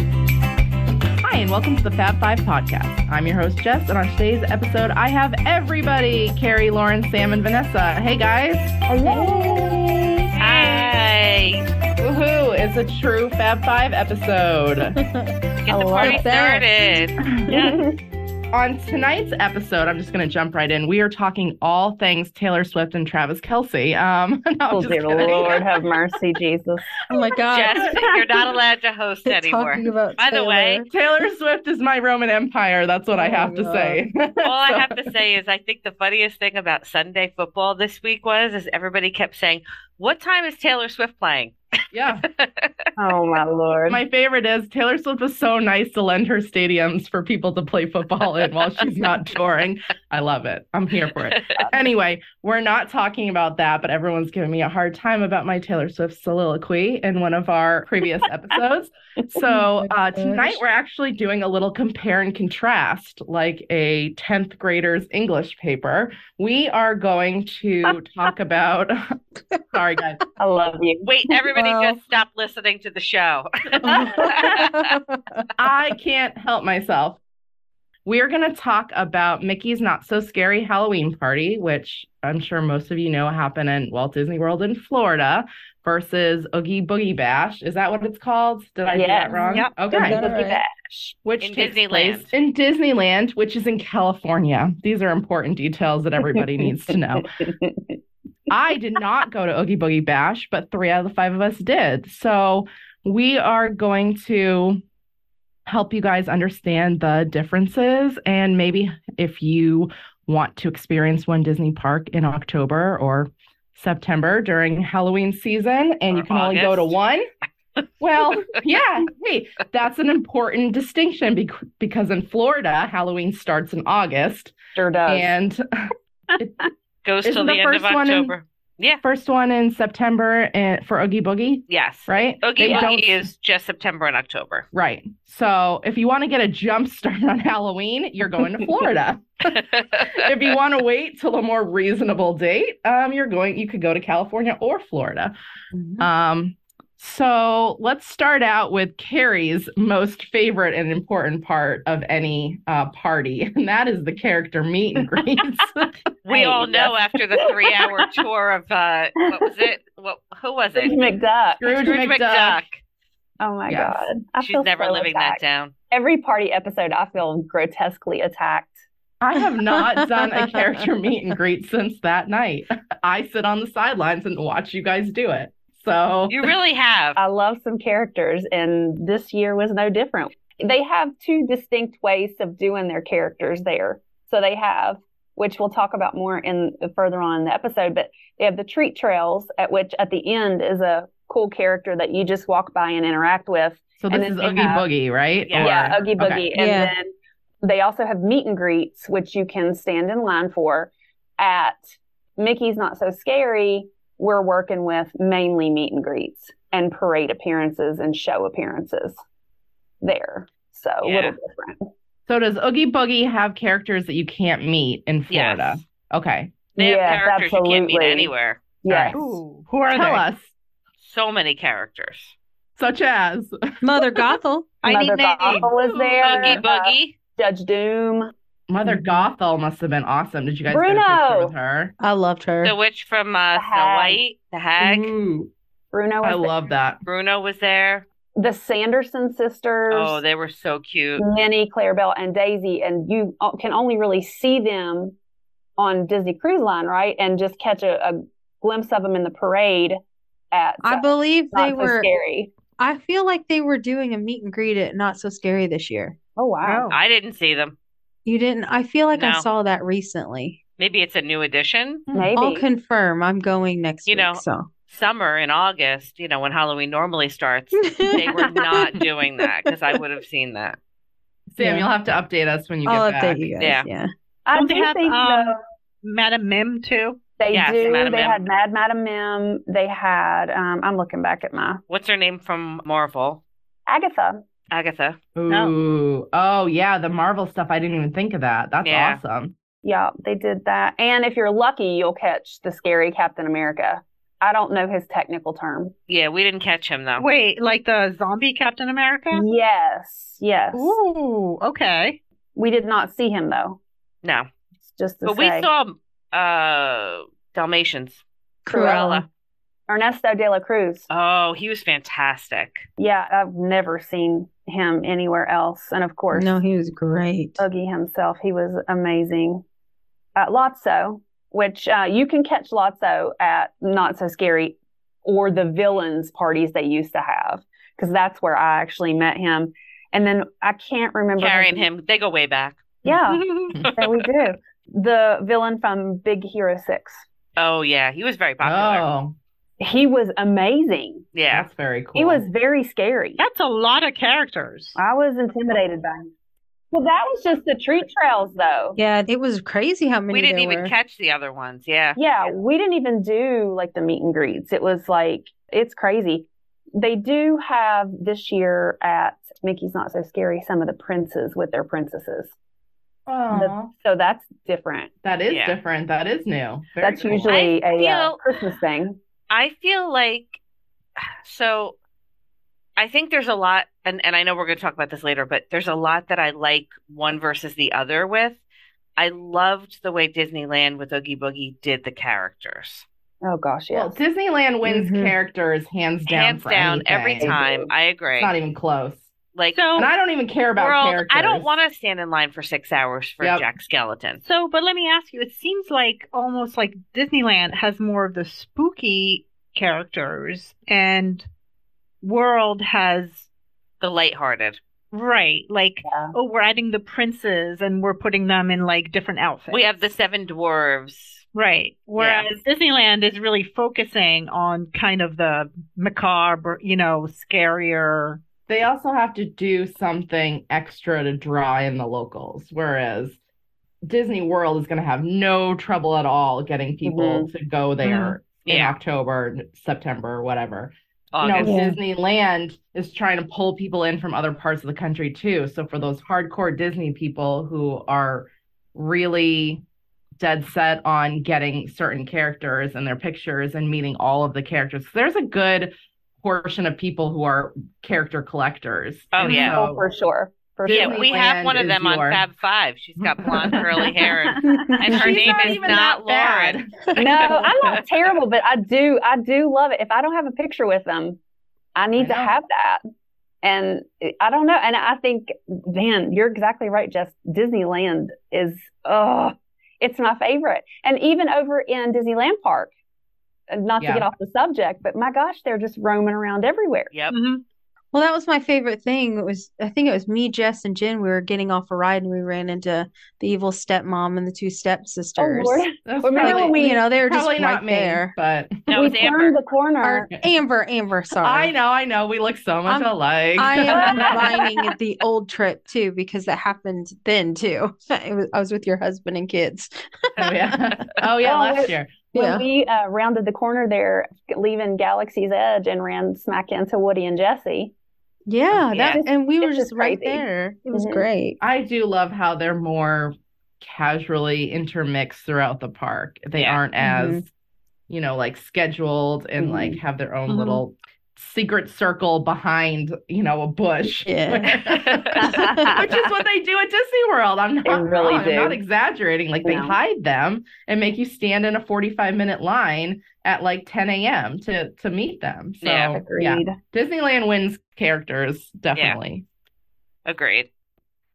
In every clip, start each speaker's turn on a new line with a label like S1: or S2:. S1: Hi, and welcome to the Fab Five podcast. I'm your host, Jess, and on today's episode, I have everybody Carrie, Lauren, Sam, and Vanessa. Hey, guys. Hello.
S2: Hi.
S1: Woohoo. It's a true Fab Five episode.
S2: Get the party
S3: love
S2: started. Yeah.
S1: on tonight's episode, I'm just going to jump right in. We are talking all things Taylor Swift and Travis Kelsey. Um, no, I'm
S3: Oh,
S1: just
S3: dear
S1: kidding.
S3: Lord, have mercy, Jesus.
S4: Oh my god.
S2: Jess, you're not allowed to host
S4: They're
S2: anymore.
S4: talking about
S2: By the way,
S4: Taylor.
S1: Taylor Swift is my Roman Empire. That's what I
S4: Oh,
S1: have to
S4: God.
S1: say.
S2: All I have to say is I think the funniest thing about Sunday football this week was is everybody kept saying, What time is Taylor Swift playing?
S1: yeah.
S3: Oh my Lord.
S1: My favorite is Taylor Swift was so nice to lend her stadiums for people to play football in while she's not touring. I love it. I'm here for it. Anyway, we're not talking about that, but everyone's giving me a hard time about my Taylor Swift soliloquy in one of our previous episodes. So
S4: Oh my
S1: uh, tonight
S4: gosh.
S1: we're actually doing a little compare and contrast, like a 10th grader's English paper. We are going to talk about. Sorry, guys.
S3: I love you.
S2: Wait, everybody
S4: Wow.
S2: just stop listening to the show.
S1: I can't help myself. We're going to talk about Mickey's Not So Scary Halloween Party, which I'm sure most of you know happened in Walt Disney World in Florida versus Oogie Boogie Bash. Is that what it's called? Did I do that
S3: Yes.
S1: wrong?
S2: Yep.
S1: Okay.
S4: All
S3: Looky
S4: right.
S3: back.
S1: Which
S2: In
S1: takes
S2: Disneyland.
S1: place in Disneyland, which is in California. These are important details that everybody needs to know. I did not go to Oogie Boogie Bash, but three out of the five of us did. So we are going to help you guys understand the differences and maybe if you want to experience one Disney park in October or September during Halloween season and you
S2: Or
S1: can only go to
S2: August.
S1: one. Well, yeah, hey, that's an important distinction bec- because in Florida, Halloween starts in August
S3: Sure does.
S1: and
S2: Goes
S1: Isn't
S2: till the,
S1: the
S2: end of
S1: first one in-
S2: October. Yeah.
S1: first one in September and for Oogie Boogie,
S2: Yes.
S1: right?
S2: Oogie
S1: They don't-
S2: Boogie is just September and October.
S1: right. So if you want to get a jump start on Halloween, you're going to Florida. if you want to wait till a more reasonable date, um, you're going. You could go to California or Florida. Um, so let's start out with Carrie's most favorite and important part of any uh, party, and that is the character meet and greets.
S2: we
S3: Hey,
S2: all know after the three hour tour of uh, what was it? What who was
S3: Scrooge
S2: it?
S3: McDuck.
S1: Scrooge McDuck.
S2: McDuck.
S3: Oh my
S1: Yes.
S3: God. I
S2: She's
S3: feel
S2: never
S3: so
S2: living
S3: attacked.
S2: that down.
S3: Every party episode, I feel grotesquely attacked.
S1: I have not done a character meet and greet since that night. I sit on the sidelines and watch you guys do it. So
S2: You really have.
S3: I love some characters, and this year was no different. They have two distinct ways of doing their characters there. So they have, which we'll talk about more in further on in the episode, but they have the treat trails, at which at the end is a cool character that you just walk by and interact with.
S1: So
S3: And
S1: this
S3: then
S1: is
S3: they
S1: Oogie
S3: have-
S1: Boogie, right?
S2: Yeah.
S3: Yeah,
S1: Or-
S3: Oogie Boogie.
S1: okay.
S3: And
S4: Yeah.
S3: then they also have meet and greets, which you can stand in line for at Mickey's Not So Scary. We're working with mainly meet and greets and parade appearances and show appearances there. So a
S2: Yeah.
S3: little different.
S1: So does Oogie Boogie have characters that you can't meet in
S2: Yes.
S1: Florida? Okay.
S2: They have
S3: Yes,
S2: characters you can't meet
S3: absolutely.
S2: anywhere.
S3: Yes.
S1: Who are
S2: they?
S1: Tell us,
S2: So many characters.
S1: such as
S4: Mother Gothel.
S3: Mother Gothel is there.
S2: Boogie
S3: uh,
S2: Boogie.
S3: Judge Doom.
S1: Mother Gothel must have been awesome. Did you guys get a picture
S3: Bruno.
S1: with her?
S4: I loved her.
S2: the witch from uh,
S3: The
S2: Snow
S3: Hag. Mm-hmm.
S2: White. The Hag.
S1: Ooh,
S3: Bruno.
S1: I
S3: is
S1: love that.
S2: Bruno was there.
S3: there. The Sanderson sisters.
S2: Oh, they were so cute.
S3: Minnie, Clarabelle, and Daisy, and you o- can only really see them on Disney Cruise Line, right? And just catch a, a glimpse of them in the parade at
S4: I
S3: uh,
S4: believe
S3: Not
S4: they
S3: So
S4: were
S3: scary.
S4: I feel like they were doing a meet and greet at Not So Scary this year.
S3: Oh wow!
S2: I didn't see them.
S4: You didn't I feel like
S2: No.
S4: I saw that recently.
S2: Maybe it's a new edition.
S3: Maybe
S4: I'll confirm. I'm going next
S2: You
S4: week,
S2: know-
S4: so
S2: Summer in August, you know, when Halloween normally starts, they were not doing that because I would have seen that.
S1: Sam,
S4: Yeah.
S1: you'll have to update us when you get
S4: I'll update
S1: back.
S4: you guys.
S2: Yeah.
S4: Yeah.
S3: I
S5: Don't
S3: do
S5: they have,
S3: think
S5: um,
S3: though,
S5: Madam Mim too.
S3: they
S2: yes,
S3: do.
S2: Madam
S3: they
S2: Mim.
S3: had Mad Madam Mim. They had. Um, I'm looking back at my
S2: What's her name from Marvel?
S3: Agatha.
S2: Agatha.
S5: No.
S1: Ooh. Oh yeah, the Marvel stuff. I didn't even think of that. That's
S2: Yeah.
S1: awesome.
S3: Yeah, they did that. And if you're lucky, you'll catch the scary Captain America I don't know his technical term.
S2: Yeah, we didn't catch him though.
S5: Wait, like the zombie Captain America?
S3: Yes, yes.
S5: Ooh, okay.
S3: We did not see him though.
S2: No,
S3: It's Just to
S2: but
S3: say.
S2: we saw uh Dalmatians.
S3: Cruella.
S2: Cruella.
S3: Ernesto de la Cruz.
S2: Oh, he was fantastic.
S3: Yeah, I've never seen him anywhere else. And of course, Uh,
S4: No, he was great.
S3: Oogie himself, he was amazing. Uh, Lotso, which uh, you can catch Lotso at Not So Scary or the villains parties they used to have, because that's where I actually met him. And then I can't remember. his-
S2: Carrying him, they go way back.
S3: Yeah, that we do. The villain from Big Hero 6.
S2: Oh yeah, he was very popular.
S1: Oh,
S3: He was amazing.
S2: Yeah,
S1: that's very cool.
S3: He was very scary.
S5: That's a lot of characters.
S3: I was intimidated by him. Well, that was just the treat trails, though.
S4: Yeah, it was crazy how many
S2: we didn't
S4: there
S2: even
S4: were.
S2: catch the other ones. Yeah,
S3: Yeah, we didn't even do like the meet and greets. It was like, it's crazy. They do have this year at Mickey's Not So Scary some of the princes with their princesses.
S1: Aw,
S3: So that's different.
S1: that is
S2: Yeah.
S1: different. That is new. Very
S3: That's
S1: cool.
S3: usually
S2: I
S3: a uh,
S2: feel-
S3: Christmas thing.
S2: I feel like so I think there's a lot and, and I know we're gonna talk about this later, but there's a lot that I like one versus the other with. I loved the way Disneyland with Oogie Boogie did the characters.
S3: Oh, gosh, yes.
S1: Well, Disneyland wins
S3: Mm-hmm.
S4: Mhm.
S1: characters hands down.
S2: Hands
S1: for
S2: down, every
S1: anything.
S2: time. I agree.
S1: It's not even close.
S2: Like
S5: So,
S1: And I don't even care about
S2: world,
S1: characters.
S2: I don't want to stand in line for six hours for
S1: Yep.
S2: Jack Skeleton.
S5: so, but let me ask you. It seems like almost like Disneyland has more of the spooky characters, and World has
S2: The lighthearted.
S5: right, like
S3: Yeah.
S5: oh, we're adding the princes and we're putting them in like different outfits.
S2: We have the seven dwarves.
S5: Right. Whereas Disneyland is really focusing on kind of the macabre, you know, scarier.
S1: They also have to do something extra to draw in the locals, whereas Disney World is going to have no trouble at all getting people to go there in
S2: Mm-hmm. Yeah.
S1: October, September, whatever.
S2: August.
S1: You know,
S4: Yeah.
S1: Disneyland is trying to pull people in from other parts of the country too. So for those hardcore Disney people who are really dead set on getting certain characters and their pictures and meeting all of the characters, there's a good portion of people who are character collectors.
S2: Oh,
S1: And
S2: yeah.
S3: Oh,
S1: so-
S3: for sure. For
S1: Yeah,
S3: sure.
S2: Yeah, we have one of
S1: Disneyland
S2: them
S1: is
S2: on
S1: yours.
S2: Fab Five. She's got blonde curly hair and and her
S1: She's
S2: name
S1: not
S2: is
S1: even
S2: not
S1: that
S2: Lauren.
S1: bad.
S3: No, I'm not terrible, but I do I do love it. If I don't have a picture with them, I need
S1: I
S3: to
S1: know.
S3: have that. And I don't know. And I think, man, you're exactly right, Jess. Disneyland is oh it's my favorite. And even over in Disneyland Park, not
S1: Yeah.
S3: to get off the subject, but my gosh, they're just roaming around everywhere.
S2: Yep.
S5: Mhm.
S4: Well, that was my favorite thing. It was, I think it was me, Jess, and Jen. We were getting off a ride and we ran into the evil stepmom and the two stepsisters.
S3: Oh Lord.
S1: That's
S3: Remember
S1: probably-
S4: Probably,
S3: when we-
S4: you know, they were just
S1: probably
S4: right
S1: not me,
S4: there.
S1: but
S2: No,
S3: we
S2: it's Amber.
S3: turned the corner.
S4: Or Amber, Amber, sorry.
S1: I know, I know. We look so much
S4: I'm-
S1: alike.
S4: I am combining it the old trip too because that happened then too. It was, I was with your husband and kids.
S1: oh yeah. Oh yeah,
S3: Oh,
S1: last
S3: wait.
S1: year.
S3: When
S4: Yeah.
S3: we uh, rounded the corner there, leaving Galaxy's Edge and ran smack into Woody and Jesse.
S4: Yeah,
S2: Yeah.
S4: that and we were
S3: It's
S4: just
S3: just
S4: right
S3: crazy.
S4: there. It was
S3: Mhm.
S4: great.
S1: I do love how they're more casually intermixed throughout the park. They
S2: Yeah.
S1: aren't
S3: Mm-hmm.
S1: as, you know, like scheduled and
S3: Mhm.
S1: like have their own
S4: Mhm.
S1: little secret circle behind, you know, a bush.
S4: Yeah.
S1: Which is what they do at Disney World. I'm not
S3: They really
S1: wrong. I'm not
S3: do.
S1: exaggerating. Like they
S3: No.
S1: hide them and make you stand in a 45 minute line at like 10 a.m. to to meet them. So
S2: Yeah.
S1: yeah.
S3: Agreed.
S1: Disneyland wins characters, definitely.
S2: Agreed.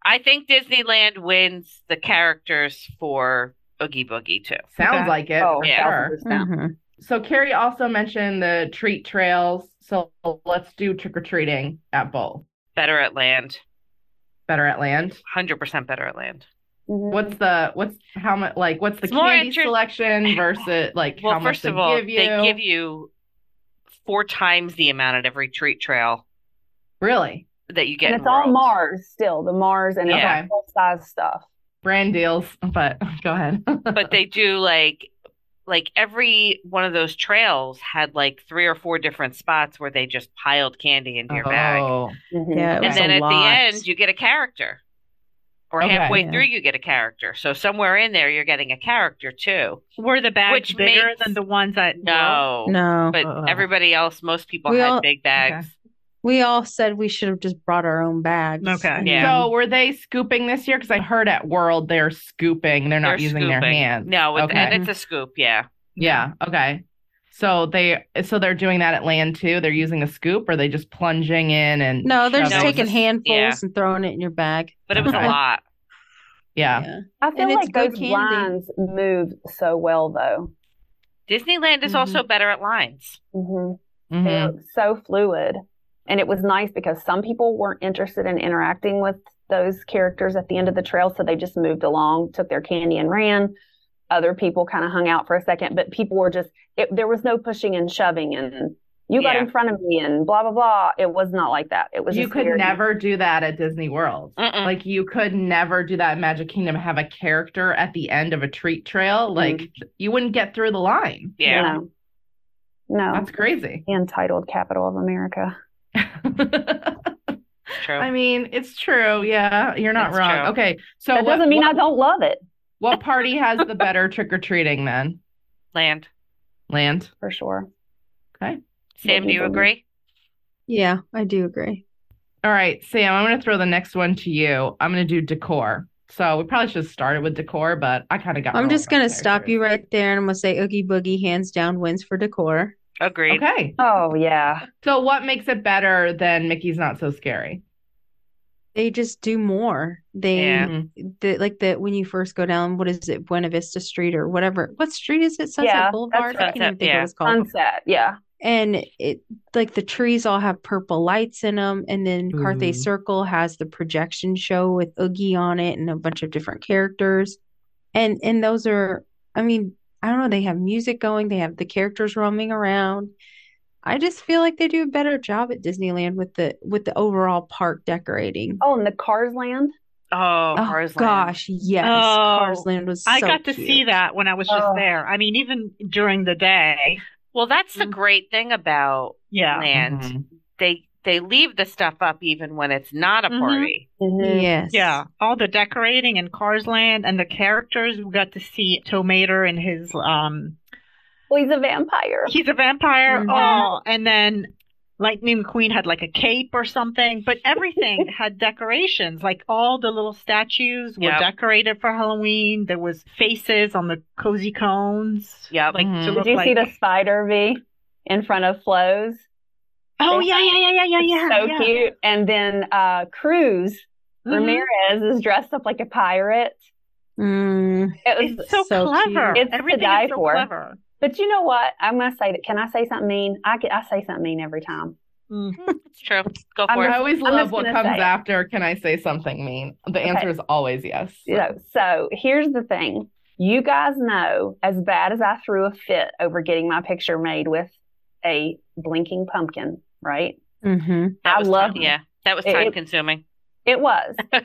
S2: I think Disneyland wins the characters for Oogie Boogie too.
S1: Sounds
S5: Okay.
S1: like it
S3: Oh,
S1: for
S2: yeah.
S1: sure.
S3: 1000%.
S4: Mhm.
S1: So Carrie also mentioned the treat trails. So let's do trick or treating at both.
S2: Better at land.
S1: Better at land.
S2: Hundred percent better at land.
S3: Mhm.
S1: What's the what's how much like what's the
S2: It's more
S1: candy
S2: inter-
S1: selection versus like how
S2: Well,
S1: much
S2: first
S1: they
S2: of all,
S1: give you?
S2: they give you four times the amount at every treat trail
S1: Really?
S2: that you get.
S3: and
S2: in
S3: it's all
S2: World.
S3: Mars still, the Mars and
S2: Yeah.
S3: it's all full size stuff.
S1: Brand deals, but go ahead.
S2: But they do like like every one of those trails had like three or four different spots where they just piled candy into your bag.
S1: oh,
S4: Yeah, it
S2: And
S4: was
S2: then
S4: a
S2: at
S4: lot.
S2: the end you get a character. or
S1: Okay.
S2: halfway
S5: Yeah.
S2: through you get a character. So somewhere in there you're getting a character too.
S5: Were the bags
S2: Which
S5: bigger
S2: makes-
S5: than the ones at
S2: No,
S4: No,
S2: but
S5: Oh.
S2: everybody else, most people
S4: We
S2: had
S4: all-
S2: big bags.
S4: we all said we should have just brought our own bags.
S5: Okay.
S4: And,
S2: Yeah.
S4: um,
S1: So were they scooping this year? Because I heard at World they're scooping. They're not
S2: They're
S1: using their
S2: scooping.
S1: hands.
S2: No, it's,
S1: Okay.
S2: and it's a scoop. Yeah,
S1: Yeah. Okay. So they so they're doing that at land too. They're using a scoop, or are they just plunging in and
S4: no, they're just
S1: shoving?
S2: No, it's
S4: taking
S2: just-
S4: handfuls
S2: yeah.
S4: and throwing it in your bag.
S2: but it was
S1: Okay.
S2: a lot.
S1: yeah.
S3: I feel
S4: And it's
S3: like
S4: good
S3: those
S4: candy.
S3: lines move so well though.
S2: Disneyland is
S4: Mhm.
S2: also better at lines.
S3: hmm
S1: Mhm.
S3: They're so fluid, and it was nice because some people weren't interested in interacting with those characters at the end of the trail, so they just moved along, took their candy, and ran. Other people kind of hung out for a second, but people were just it, there was no pushing and shoving and. You got
S2: Yeah.
S3: in front of me and blah blah blah. It was not like that. It was
S1: You
S3: just
S1: could
S3: very-
S1: never do that at Disney World.
S2: Mm-mm.
S1: Like you could never do that in Magic Kingdom. Have a character at the end of a treat trail.
S3: Mm-hmm.
S1: Like you wouldn't get through the line.
S2: yeah.
S3: No. No.
S1: That's crazy.
S3: The entitled capital of America.
S2: True.
S1: I mean, it's true. Yeah, you're not
S2: It's
S1: wrong.
S2: true.
S1: Okay, so
S3: that
S1: what,
S3: doesn't mean
S1: what,
S3: I don't love it
S1: what party has the better trick or treating then?
S2: Land.
S1: Land.
S3: for sure.
S2: Sam, do you
S3: Disneyland.
S2: agree?
S4: Yeah, I do agree.
S1: All right, Sam, I'm going to throw the next one to you. I'm going to do decor. So we probably should have started with decor, but I kind of got.
S4: I'm
S1: my
S4: just
S1: own
S4: gonna
S1: there,
S4: stop
S1: too.
S4: you right there, and I'm gonna say Oogie Boogie hands down wins for decor.
S2: Agreed.
S1: Okay.
S3: Oh yeah.
S1: So what makes it better than Mickey's Not So Scary?
S4: They just do more. They
S2: Yeah.
S1: Mhm.
S4: the like the when you first go down, what is it, Buena Vista Street or whatever? What street is it? Sunset
S3: Yeah, that's
S4: Boulevard? I
S2: right.
S4: can't even think
S2: Yeah.
S4: what it's called.
S3: Sunset. Yeah.
S4: and it like the trees all have purple lights in them and then
S1: Ooh.
S4: Carthay Circle has the projection show with Oogie on it and a bunch of different characters and and those are I mean I don't know they have music going they have the characters roaming around I just feel like they do a better job at Disneyland with the with the overall park decorating
S3: Oh, and the Cars Land.
S2: Oh,
S4: Oh,
S2: Cars Land.
S4: gosh yes
S5: Oh,
S4: Cars Land was
S5: I
S4: so
S5: got to see
S4: cute.
S5: that when I was just
S3: Oh.
S5: there. I mean, even during the day.
S2: Well, that's the
S5: Mhm.
S2: great thing about
S5: Yeah.
S2: Land.
S1: Mhm.
S2: They they leave the stuff up even when it's not a
S5: Mhm.
S2: party.
S1: Mm-hmm.
S4: yes
S5: Yeah, all the decorating in Cars Land and the characters. We got to see Tomater and his um
S3: Well, he's a vampire.
S5: he's a vampire.
S2: Mm-hmm.
S4: Mhm.
S5: Oh, and then Lightning McQueen had like a cape or something, but everything had decorations. Like all the little statues were
S2: Yep.
S5: decorated for Halloween. There was faces on the cozy cones.
S2: Yep. Mm-hmm.
S5: Like
S1: Mhm.
S5: to
S1: Did
S5: look
S3: Did you
S5: like
S3: see the spider V in front of Flo's?
S5: Oh yeah, yeah, yeah, yeah, yeah, yeah.
S3: so
S5: yeah.
S3: cute. And then uh, Cruz
S5: Mhm.
S3: Ramirez is dressed up like a pirate.
S4: Mm,
S3: It was,
S5: It's so,
S4: so cute.
S5: clever.
S3: It's to
S5: Everything
S3: die
S5: is so
S3: for.
S5: clever.
S3: but you know what? I'm gonna say that. Can I say something mean? I can, I say something mean every time.
S2: It's true. Go
S3: I'm
S2: for
S1: I
S2: it.
S1: always
S3: I'm
S1: love
S3: just
S1: what
S3: gonna
S1: comes
S3: say it.
S1: after. Can I say something mean? The
S3: Okay.
S1: answer is always yes.
S3: You know, so here's the thing. You guys know, as bad as I threw a fit over getting my picture made with a blinking pumpkin, right?
S4: hmm
S2: That
S3: I
S2: was
S3: love
S2: time- yeah. That was
S3: It-
S2: time
S3: it-
S2: consuming.
S3: It was.
S2: yeah.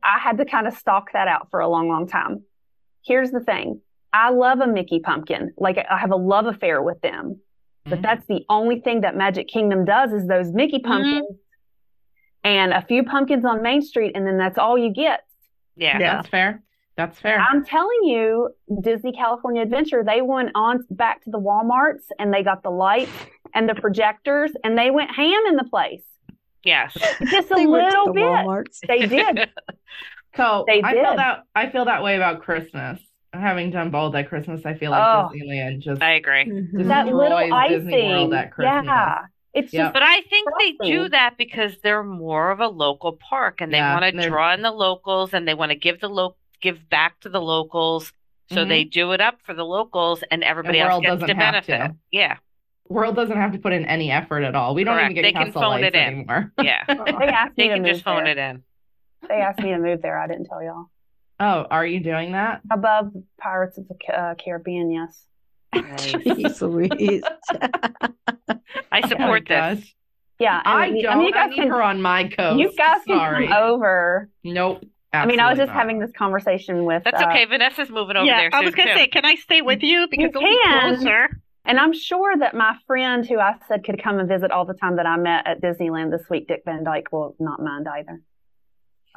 S3: I had to kind of stalk that out for a long, long time. Here's the thing I love a Mickey pumpkin. Like, I have a love affair with them. But
S1: Mhm.
S3: that's the only thing that Magic Kingdom does is those Mickey pumpkins and a few pumpkins on Main Street, and then that's all you get.
S5: Yeah.
S1: That's fair. That's fair.
S3: I'm telling you, Disney California Adventure, they went on back to the Walmarts and they got the lights and the projectors and they went ham in the place.
S2: Yes.
S3: Just a
S4: They went to
S3: little
S4: the
S3: bit.
S4: Walmarts.
S3: They did.
S1: so
S3: They
S1: I feel
S3: did.
S1: that I feel that way about Christmas. Having done bold at Christmas, I feel like
S3: Oh.
S1: Disneyland just
S2: I agree.
S4: Mhm.
S1: Does
S3: that little
S1: Destroys Disney
S3: icing.
S1: World at Christmas.
S3: Yeah. It's
S1: Yep.
S3: just
S2: But I think they do
S3: Exactly.
S2: that because they're more of a local park and they
S1: Yeah,
S2: want to
S1: they're-
S2: draw in the locals and they want to give the lo- give back to the locals. So
S1: Mhm.
S2: they do it up for the locals and everybody else
S1: World
S2: gets
S1: doesn't
S2: to
S1: have
S2: benefit.
S1: to.
S2: Yeah.
S1: world doesn't have to put in any effort at all. We don't
S2: Correct.
S1: even get
S2: They can
S1: castle
S2: phone
S1: lights
S2: it in.
S1: anymore.
S2: Yeah.
S3: they asked me
S2: they
S3: to
S2: can
S3: move
S2: just phone
S3: there.
S2: it in.
S3: They asked me to move there. I didn't tell y'all.
S1: Oh, are you doing that?
S3: Above Pirates of the Ca- uh, Caribbean, yes.
S4: Jeez Louise.
S2: I support
S1: Oh my
S2: this.
S1: gosh.
S3: Yeah, and
S1: I
S3: mean-
S1: don't. I,
S3: mean, you guys
S1: need
S3: can
S1: her on my coast.
S3: you guys can
S1: Sorry.
S3: come over.
S1: Nope.
S3: I mean, I was
S1: absolutely
S3: just
S1: not.
S3: having this conversation with.
S2: That's
S3: uh,
S2: okay. Vanessa's moving over
S5: yeah,
S2: there.
S5: I
S2: soon,
S5: was gonna
S2: too.
S5: say, can I stay with you because it'll be
S3: can.
S5: closer?
S3: And I'm sure that my friend who I said could come and visit all the time that I met at Disneyland this week, Dick Van Dyke, will not mind either.
S1: Did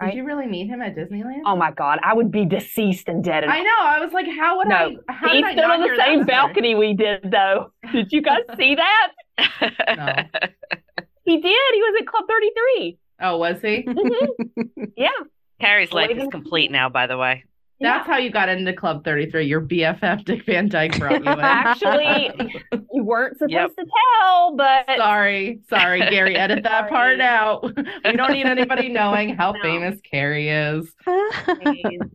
S3: Right.
S1: you really meet him at Disneyland?
S3: Oh my God, I would be deceased and dead. And
S1: I know. I was like, how would
S3: No.
S1: I? How
S3: he
S1: did I
S3: stood
S1: not
S3: on the
S1: hear that
S3: same
S1: story?
S3: balcony we did, though. Did you guys see that? He did. He was at Club 33.
S1: Oh, was he?
S3: Mhm. yeah.
S2: Carrie's life
S3: Believe
S2: is
S3: in-
S2: complete now, by the way.
S1: That's how you got into Club 33. Your BFF Dick Van Dyke brought you in.
S3: Actually- You weren't supposed
S2: Yep.
S3: to tell, but
S1: sorry, sorry, Gary, edit that part
S3: Sorry.
S1: out. We don't need anybody knowing how
S3: No.
S1: famous Carrie is.
S3: he and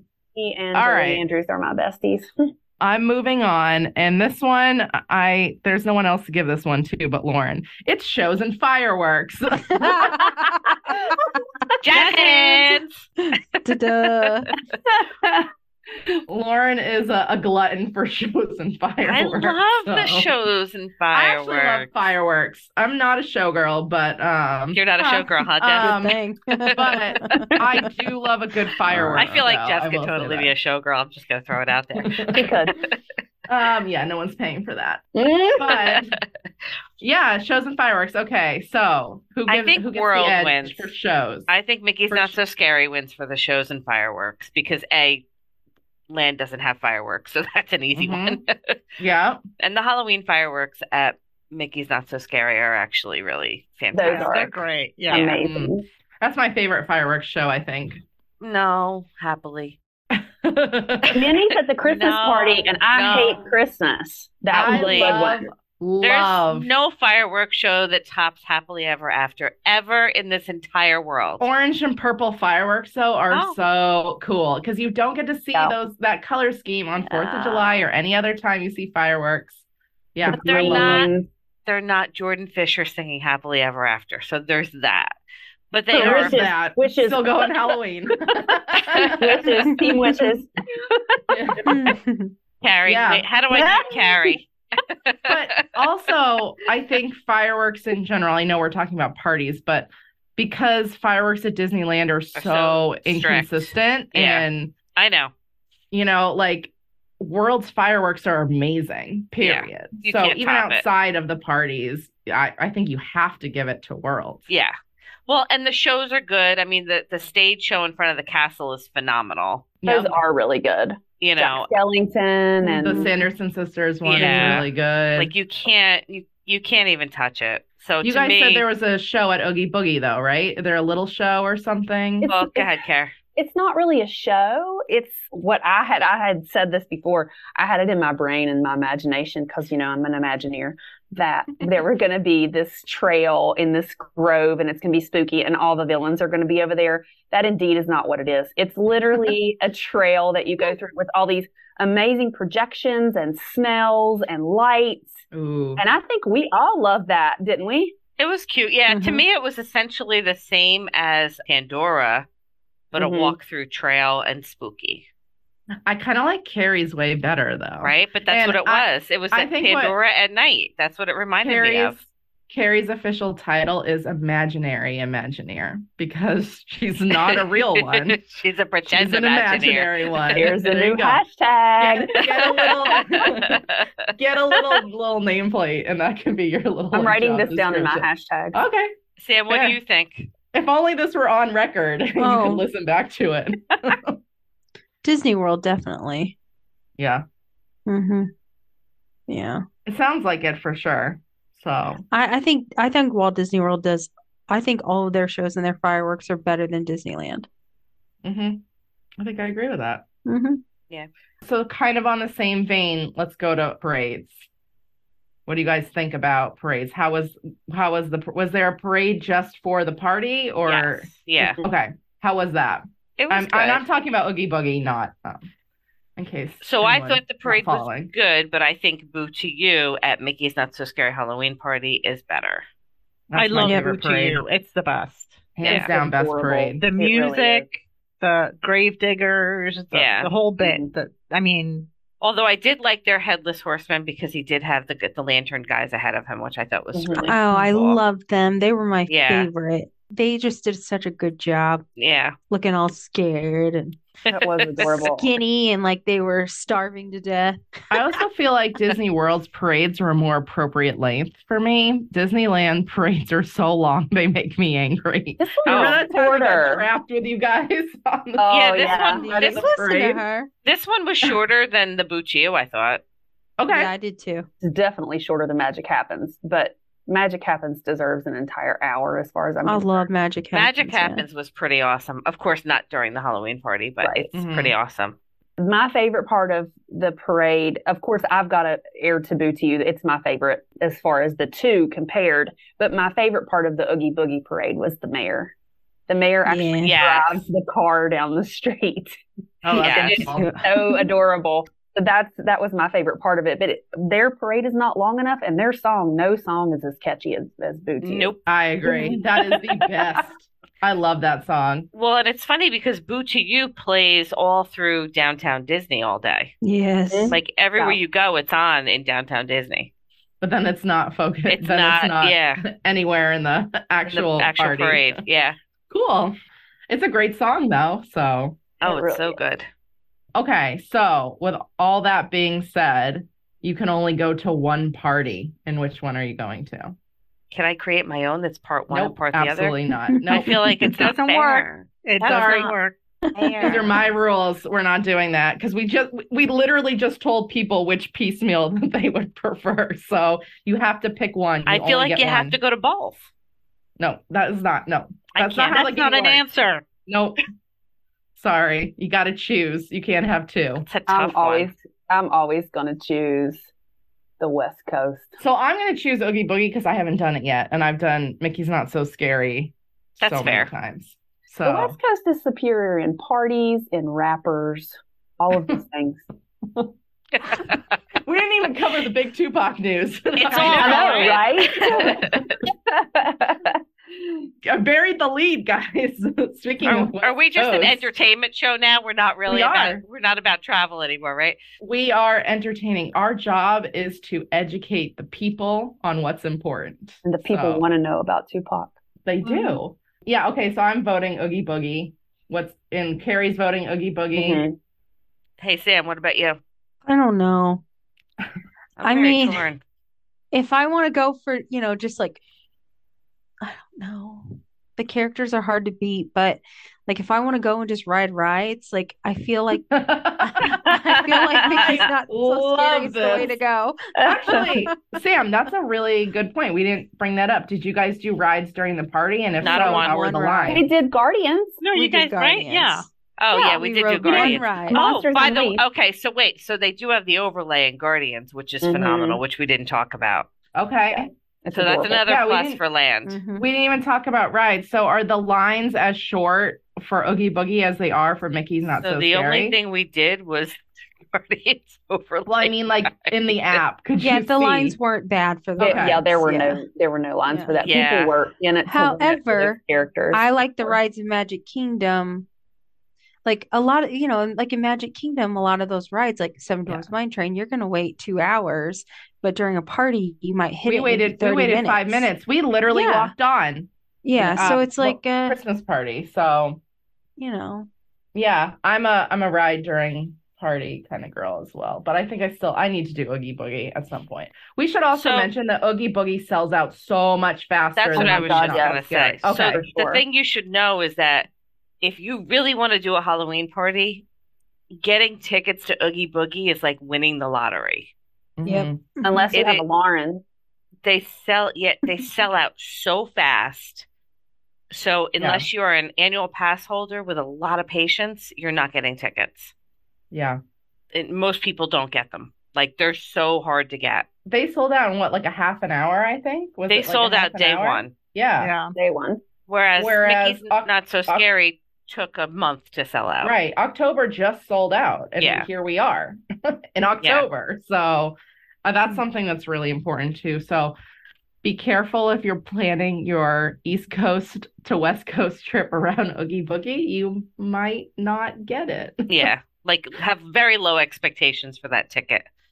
S1: All
S3: Julie
S1: right.
S3: Andrews are my besties.
S1: I'm moving on, and this one, I there's no one else to give this one to but Lauren. It's shows and fireworks.
S2: Jessens!
S4: Da-da.
S1: Lauren is a, a glutton for shows and
S2: I
S1: fireworks.
S2: love the
S1: so-
S2: shows and
S1: I
S2: fireworks.
S1: actually love fireworks. I'm not a showgirl, but um,
S2: You're not a
S1: huh.
S2: showgirl, huh, Jess?
S1: Uh,
S4: Good thing.
S1: but- I do love a good firework.
S2: I feel like
S1: though, I
S2: Jess could
S1: will say
S2: totally
S1: that.
S2: be a showgirl. I'm just gonna throw it out there.
S3: he could.
S1: Um, yeah, no one's paying for that.
S3: Mm.
S1: But yeah, shows and fireworks. Okay, so who
S2: I
S1: gives
S2: think
S1: who gets
S2: World
S1: the edge
S2: wins.
S1: for shows?
S2: I think Mickey's
S1: For
S2: Not
S1: sh-
S2: So Scary wins for the shows and fireworks because A, land doesn't have fireworks, so that's an easy
S1: Mhm.
S2: one.
S3: Mm-hmm.
S1: yeah,
S2: and the Halloween fireworks at Mickey's Not So Scary are actually really fantastic.
S3: are
S5: They're great. Yeah.
S3: Amazing.
S1: that's my favorite fireworks show. I think.
S2: No, happily.
S3: Minnie's at the Christmas
S2: No,
S3: party, and I
S2: no.
S3: hate Christmas. That was
S2: I
S3: a good
S1: love,
S3: one.
S2: There's
S1: love
S2: no fireworks show that tops Happily Ever After ever in this entire world.
S1: orange and purple fireworks though are
S2: Oh.
S1: so cool because you don't get to see
S3: Yeah.
S1: those that color scheme on Fourth
S2: Yeah.
S1: of July or any other time you see fireworks. Yeah,
S2: But they're
S1: I love
S2: not-
S1: it.
S2: They're not Jordan Fisher singing Happily Ever After, so there's that. But they
S1: So
S2: are
S1: there's
S3: Wishes,
S1: that.
S3: wishes.
S1: Still going Halloween.
S3: Wishes, team wishes.
S4: Mm-hmm.
S2: Carrie.
S1: Yeah.
S2: Wait, how do I do Carrie?
S1: But also, I think fireworks in general, I know we're talking about parties, but because fireworks at Disneyland are so,
S2: Are so strict.
S1: inconsistent
S2: Yeah.
S1: and,
S2: I know.
S1: you know, like world's fireworks are amazing,
S2: Yeah.
S1: period.
S2: You
S1: so
S2: can't
S1: even
S2: top it.
S1: outside of the parties, I, I think you have to give it to worlds.
S2: Yeah. Well, and the shows are good. I mean, the the stage show in front of the castle is phenomenal.
S3: Those
S1: Yeah.
S3: are really good.
S2: You know,
S3: Jack Skellington and
S1: The Sanderson sisters one
S2: Yeah.
S1: is really good.
S2: like you can't you, you can't even touch it. So
S1: You
S2: to
S1: guys
S2: me,
S1: said there was a show at Oogie Boogie though, right? Is there a little show or something?
S3: It's-
S2: well, go ahead, Care.
S3: it's not really a show. It's what I had. I had said this before. I had it in my brain and my imagination because you know I'm an Imagineer. That there were going to be this trail in this grove, and it's going to be spooky, and all the villains are going to be over there. That indeed is not what it is. It's literally a trail that you go through with all these amazing projections and smells and lights.
S1: Ooh.
S3: And I think we all love that, didn't we?
S2: It was cute. Yeah, to
S1: Mm-hmm.
S4: Mhm.
S2: me, it was essentially the same as Pandora, but
S1: Mm-hmm.
S3: Mhm.
S2: a walkthrough trail and spooky,
S1: I kind of like Carrie's way better though.
S2: right? But that's
S1: Oh. And
S2: what it
S1: I-
S2: was. it was
S1: I
S2: at
S1: think what-
S2: Pandora at night. That's what it reminded me
S1: Carrie's
S2: of.
S1: Carrie's official title is Imaginary Imagineer because she's not a real one.
S2: She's a pretend
S1: she's an
S2: Imagineer.
S1: imaginary one.
S3: There's a
S1: There you
S3: new
S1: go.
S3: hashtag.
S1: Get, get a little, get a little little nameplate, and that can be your little.
S3: I'm writing
S1: job
S3: this down in my
S1: description.
S3: hashtag.
S1: Okay.
S2: Sam, what
S1: Fair.
S2: do you think?
S1: If only this were on record, and you
S4: Oh.
S1: could listen back to it.
S4: Disney World, definitely.
S1: Yeah,
S4: hmm Yeah.
S1: it sounds like it for sure. So
S4: I, I think I think Walt Disney World does. I think all of their shows and their fireworks are better than Disneyland.
S1: hmm I think I agree with that.
S4: Mm-hmm.
S1: So, kind of on the same vein, let's go to parades. What do you guys think about parades? How was how was the was there a parade just for the party or
S2: Yes. Yeah,
S1: okay? How was that?
S2: it was
S1: I'm,
S2: good.
S1: and I'm talking about Oogie Boogie, not um, in case.
S2: So I
S1: anyone
S2: thought the
S1: not
S2: parade was
S1: following.
S2: good, but I think Boo to You at Mickey's Not So Scary Halloween Party is better.
S1: That's
S5: I
S1: my
S5: love
S1: favorite
S5: Boo to You. It's the best.
S1: Hands
S2: Yeah.
S1: down, best
S3: Adorable.
S1: parade.
S5: The
S3: It really
S5: music, the grave diggers, the,
S2: Yeah.
S5: the whole bit.
S3: Mhm.
S5: The, I mean,
S2: Although I did like their headless horseman because he did have the the lantern guys ahead of him, which I thought was
S3: Mhm.
S2: really
S4: Oh, I
S2: cool.
S4: loved them. They were my
S2: Yeah.
S4: favorite. They just did such a good job
S2: Yeah.
S4: looking all scared and
S3: That was adorable.
S4: skinny and like they were starving to death.
S1: I also feel like Disney World's parades were a more appropriate length for me. Disneyland parades are so long, they make me angry.
S3: This
S2: Oh,
S1: Remember that
S3: was
S1: time I got
S3: shorter.
S1: trapped with you guys on the
S3: Oh,
S2: yeah, this
S3: yeah.
S2: one
S1: Right
S2: this,
S1: in
S4: Listen
S1: the
S4: to
S1: parade.
S4: her.
S2: this one was shorter than the Buccio, I thought.
S1: Okay.
S4: Yeah, I did too.
S3: It's definitely shorter than Magic Happens, but Magic Happens deserves an entire hour as far as I'm
S4: I love Magic Happens.
S2: Magic
S4: man.
S2: Happens was pretty awesome. Of course, not during the Halloween party, but
S3: Right.
S2: it's
S1: Mm-hmm.
S2: pretty awesome.
S3: My favorite part of the parade, of course, I've got to air taboo to you. It's my favorite as far as the two compared. But my favorite part of the Oogie Boogie parade was the mayor. The mayor actually
S2: Yeah.
S3: drives the car down the street.
S1: Oh, that's
S2: Yeah.
S1: awful.
S3: So adorable. So that's that was my favorite part of it. But it, their parade is not long enough, and their song, no song, is as catchy as as Booty.
S2: Nope.
S1: I agree. That is the best. I love that song.
S2: Well, and it's funny because Boo to You plays all through downtown Disney all day.
S4: Yes.
S3: Mhm.
S2: Like everywhere
S3: Yeah.
S2: you go, it's on in downtown Disney.
S1: But then it's not focused.
S2: It's
S1: then
S2: not,
S1: it's not
S2: yeah,
S1: anywhere in the
S2: in the
S1: actual,
S2: actual
S1: party.
S2: parade. Yeah.
S1: Cool. It's a great song though. So
S2: Oh,
S3: It
S2: it's so
S3: really
S2: good.
S1: okay. So with all that being said, you can only go to one party. And which one are you going to?
S2: Can I create my own that's part one and
S1: nope.
S2: part the other?
S1: absolutely not. No.
S2: I feel like it's not
S5: Doesn't
S2: fair.
S5: work. It
S2: That was
S5: doesn't
S2: not-
S5: work.
S1: These are my rules. We're not doing that because we just we literally just told people which piecemeal that they would prefer. So you have to pick one. You
S2: I
S1: only
S2: feel like
S1: get
S2: you
S1: one.
S2: have to go to balls.
S1: No, that is not. No,
S2: I
S1: that's not
S2: can't.
S1: how
S5: That's
S1: the
S5: not
S1: game
S5: an
S1: works.
S5: answer.
S1: Nope. Sorry, you got to choose. You can't have two.
S2: It's a tough
S3: I'm always
S2: one.
S3: I'm always gonna choose the West Coast.
S1: So I'm gonna choose Oogie Boogie because I haven't done it yet, and I've done Mickey's Not So Scary
S2: That's
S1: so
S2: fair.
S1: many times.
S3: The
S1: So
S3: West Coast is superior in parties, in rappers, all of these things.
S1: we didn't even cover the big Tupac news.
S2: It's
S1: I
S2: all
S1: know.
S2: right.
S1: I buried the lead, guys. Speaking of,
S2: Are,
S1: West
S2: are we just an
S1: Coast,
S2: entertainment show now? We're not really
S1: We
S2: about
S1: are.
S2: we're not about travel anymore, right?
S1: We are entertaining. Our job is to educate the people on what's important.
S3: And the people
S1: So-
S3: want to know about Tupac.
S1: They do. Yeah. Okay. So I'm voting Oogie Boogie. What's in Carrie's voting Oogie Boogie?
S3: Mhm.
S2: Hey Sam, what about you?
S4: I don't know.
S2: I'm
S4: I
S2: very
S4: mean-
S2: torn.
S4: If I want to go for, you know, just like, I don't know. The characters are hard to beat, but like if I want to go and just ride rides, like I feel like I feel like Mickey's not so
S1: Love
S4: scary is the way
S1: this.
S4: to go.
S1: Actually, Sam, that's a really good point. We didn't bring that up. Did you guys do rides during the party? And if
S2: Not
S1: so,
S2: on
S1: how were
S4: one
S1: the
S4: ride.
S3: They
S1: lines?
S3: did Guardians.
S5: No,
S4: We
S5: you
S4: did
S5: guys, right? Yeah.
S4: Guardians.
S2: Oh yeah, we, did do
S4: rode one
S2: Guardians.
S4: ride.
S2: Oh,
S3: Monsters
S2: by
S3: on
S2: the
S3: Leash.
S2: okay, so wait, so they do have the overlay in Guardians, which is
S3: Mhm.
S2: phenomenal, which we didn't talk about.
S1: Okay.
S3: Yeah.
S4: Mm-hmm.
S3: It's
S2: so that's
S3: adorable.
S2: another
S1: Yeah, we
S2: plus
S1: didn't-
S2: for land.
S5: Mm-hmm.
S4: Mhm.
S1: We didn't even talk about rides. So are the lines as short for Oogie Boogie as they are for Mickey's Not So,
S2: So the
S1: Scary?
S2: only thing we did was Guardians overlay.
S1: well, I mean, like in the app. Could
S4: Yeah,
S1: you
S4: the
S1: see?
S4: lines weren't bad for the
S1: Okay.
S3: Yeah, yeah, there were
S4: rides, yeah.
S3: no there were no lines for that.
S2: Yeah.
S3: People were in it. to live for
S4: However,
S3: those characters.
S4: I like the rides in Magic Kingdom. Like a lot of, you know, and like in Magic Kingdom, a lot of those rides, like Seven
S1: Yeah.
S4: Dwarfs Mine Train, you're going to wait two hours, but during a party, you might hit it
S1: We
S4: in
S1: waited. We
S4: 30
S1: waited five minutes. We literally
S4: Yeah.
S1: walked on
S4: Yeah, so
S1: Uh,
S4: it's
S1: well,
S4: like, uh,
S1: Christmas party. So
S4: you know,
S1: yeah, I'm a I'm a ride during party kind of girl as well. But I think I still I need to do Oogie Boogie at some point. We should also
S2: So-
S1: mention that Oogie Boogie sells out so much faster
S2: That's what
S1: than
S2: I
S1: Mickey's
S2: was
S1: Not
S2: just
S1: So
S2: gonna
S1: Scary.
S2: say. So
S1: Okay.
S3: for
S2: the
S3: sure.
S2: thing you should know is that if you really want to do a Halloween party, getting tickets to Oogie Boogie is like winning the lottery.
S4: Yep.
S1: Mhm.
S3: unless you
S2: It-
S3: have
S2: it-
S3: a Lauren.
S2: They sell yet they sell out so fast. So unless you are an annual pass holder with a lot of patience, you're not getting tickets.
S1: Yeah.
S2: And most people don't get them. Like they're so hard to get.
S1: They sold out in what like a half an hour, I think. Was
S2: They
S1: it, like, a
S2: sold
S1: half
S2: out
S1: an
S2: day
S1: hour?
S2: one.
S1: Yeah.
S5: Yeah.
S3: They won.
S2: Whereas,
S1: Whereas
S2: Mickey's
S1: Oc-
S2: Not So
S1: Oc-
S2: Scary took a month to sell out.
S1: Right. October just sold out. And
S2: Yeah.
S1: here we are in October. So uh, that's something that's really important too. So be careful if you're planning your East Coast to West Coast trip around Oogie Boogie. You might not get it.
S2: Yeah. Like have very low expectations for that ticket.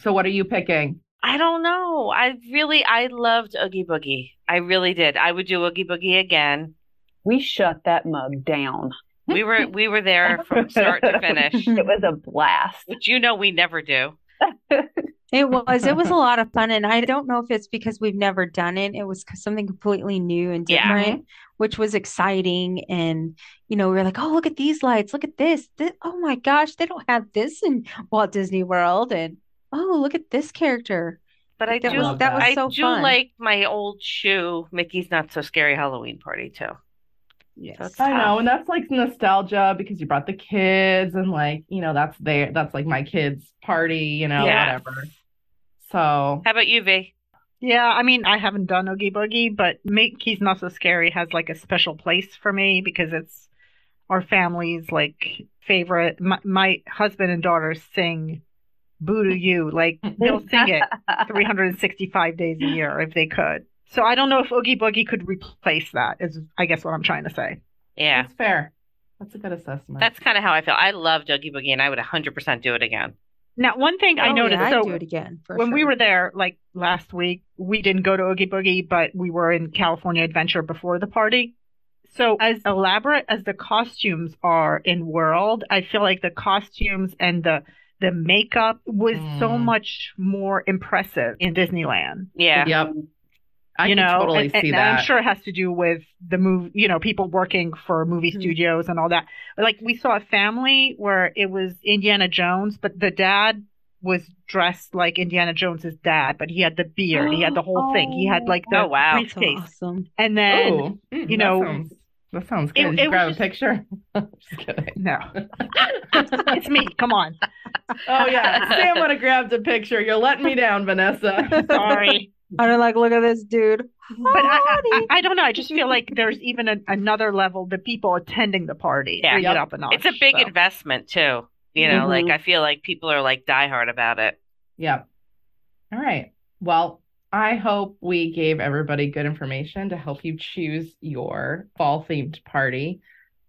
S1: So what are you picking?
S2: I don't know. I really I loved Oogie Boogie. I really did. I would do Oogie Boogie again.
S3: we shut that mug down.
S2: We were we were there from start to finish,
S3: It
S4: Mm-hmm.
S3: was a blast.
S2: which you know we never do.
S4: It was. It was a lot of fun, and I don't know if it's because we've never done it. It was c- something completely new and
S2: Yeah.
S4: different, which was exciting. And you know, we were like, "Oh, look at these lights! Look at this! Thi- oh my gosh, they don't have this in Walt Disney World!" And oh, look at this character.
S2: But I
S4: That
S2: do
S4: was
S6: Love
S4: that was
S2: I
S4: so
S2: do
S4: fun.
S2: like my old shoe, Mickey's Not So Scary Halloween Party too.
S4: Yes.
S2: That's-
S1: I know, and that's like nostalgia because you brought the kids and like, you know, that's their that's like my kids' party, you know,
S2: Yeah.
S1: whatever. So
S2: How about you, V?
S5: Yeah, I mean, I haven't done Oogie Boogie, but Mickey's Not So Scary has like a special place for me because it's our family's like favorite. My, my husband and daughter sing Boo to You, like they'll sing it 365 days a year if they could. So I don't know if Oogie Boogie could replace that, is I guess what I'm trying to say.
S2: Yeah.
S1: that's fair. That's a good assessment.
S2: That's kind of how I feel. I love Oogie Boogie and I would 100% do it again.
S5: Now, one thing I
S4: Oh,
S5: noticed
S4: yeah, I'd
S5: so
S4: do it again for
S5: when we
S4: sure.
S5: were there like last week we didn't go to oogie boogie but we were in california adventure before the party so as elaborate as the costumes are in world i feel like the costumes and the the makeup was so
S1: Mm.
S5: much more impressive in disneyland
S2: Yeah.
S1: Yep. I
S5: you
S1: can
S5: know
S1: totally
S5: and, and
S1: see that.
S5: i'm sure it has to do with the move you know people working for movie
S4: Mhm.
S5: studios and all that like we saw a family where it was indiana jones but the dad was dressed like indiana jones's dad but he had the beard he had the whole thing he had like the
S2: Oh, wow.
S4: So
S5: briefcase
S4: awesome.
S5: and then
S1: Ooh, mm,
S5: you
S1: that
S5: know,
S1: sounds, that sounds
S5: it-
S1: good. Did
S5: it
S1: you
S5: was
S1: grab
S5: just-
S1: a picture? just kidding.
S5: no it's me come on
S1: Oh yeah, Sam would have grabbed a picture. You're letting me down, Vanessa.
S5: sorry
S4: I don't like. Look at this dude.
S5: but I, I,
S4: Howdy.
S5: I don't know i just feel like there's even a, another level the people attending the party
S2: Yeah.
S5: bring
S1: Yep.
S5: it up a notch
S2: It's a big
S5: so.
S2: investment too. You know, like
S1: Mm-hmm.
S3: Mhm.
S2: I feel like people are like diehard about it.
S1: Yep. All right. Well, I hope we gave everybody good information to help you choose your fall themed party.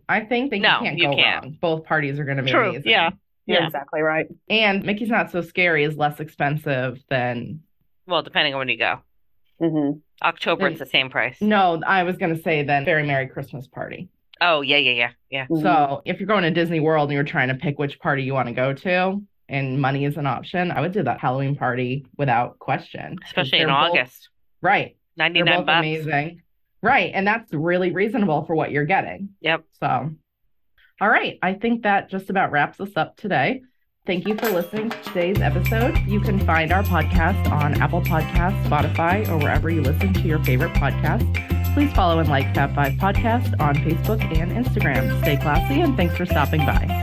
S1: I think that
S2: No,
S1: you can't
S2: you
S1: go
S2: can't.
S1: wrong. Both parties are going to be
S5: true
S1: amazing.
S5: yeah
S3: You're
S5: Yeah.
S3: exactly right.
S1: And Mickey's Not So Scary is less expensive than.
S2: Well, depending on when you go.
S3: hmm
S2: October it's
S1: Then-
S2: the same price.
S1: No, I was going to say than Very Merry Christmas Party.
S2: Oh, yeah, yeah, yeah. Yeah.
S1: So if you're going to Disney World and you're trying to pick which party you want to go to, and money is an option, I would do that Halloween party without question. 'Cause
S2: Especially in
S1: they're both-
S2: August.
S1: right. They're
S2: 99
S1: both
S2: bucks.
S1: amazing. Right. And that's really reasonable for what you're getting.
S2: Yep.
S1: So, all right. I think that just about wraps us up today. Thank you for listening to today's episode. You can find our podcast on Apple Podcasts, Spotify, or wherever you listen to your favorite podcast. Please follow and like Fab Five Podcast on Facebook and Instagram. Stay classy and thanks for stopping by.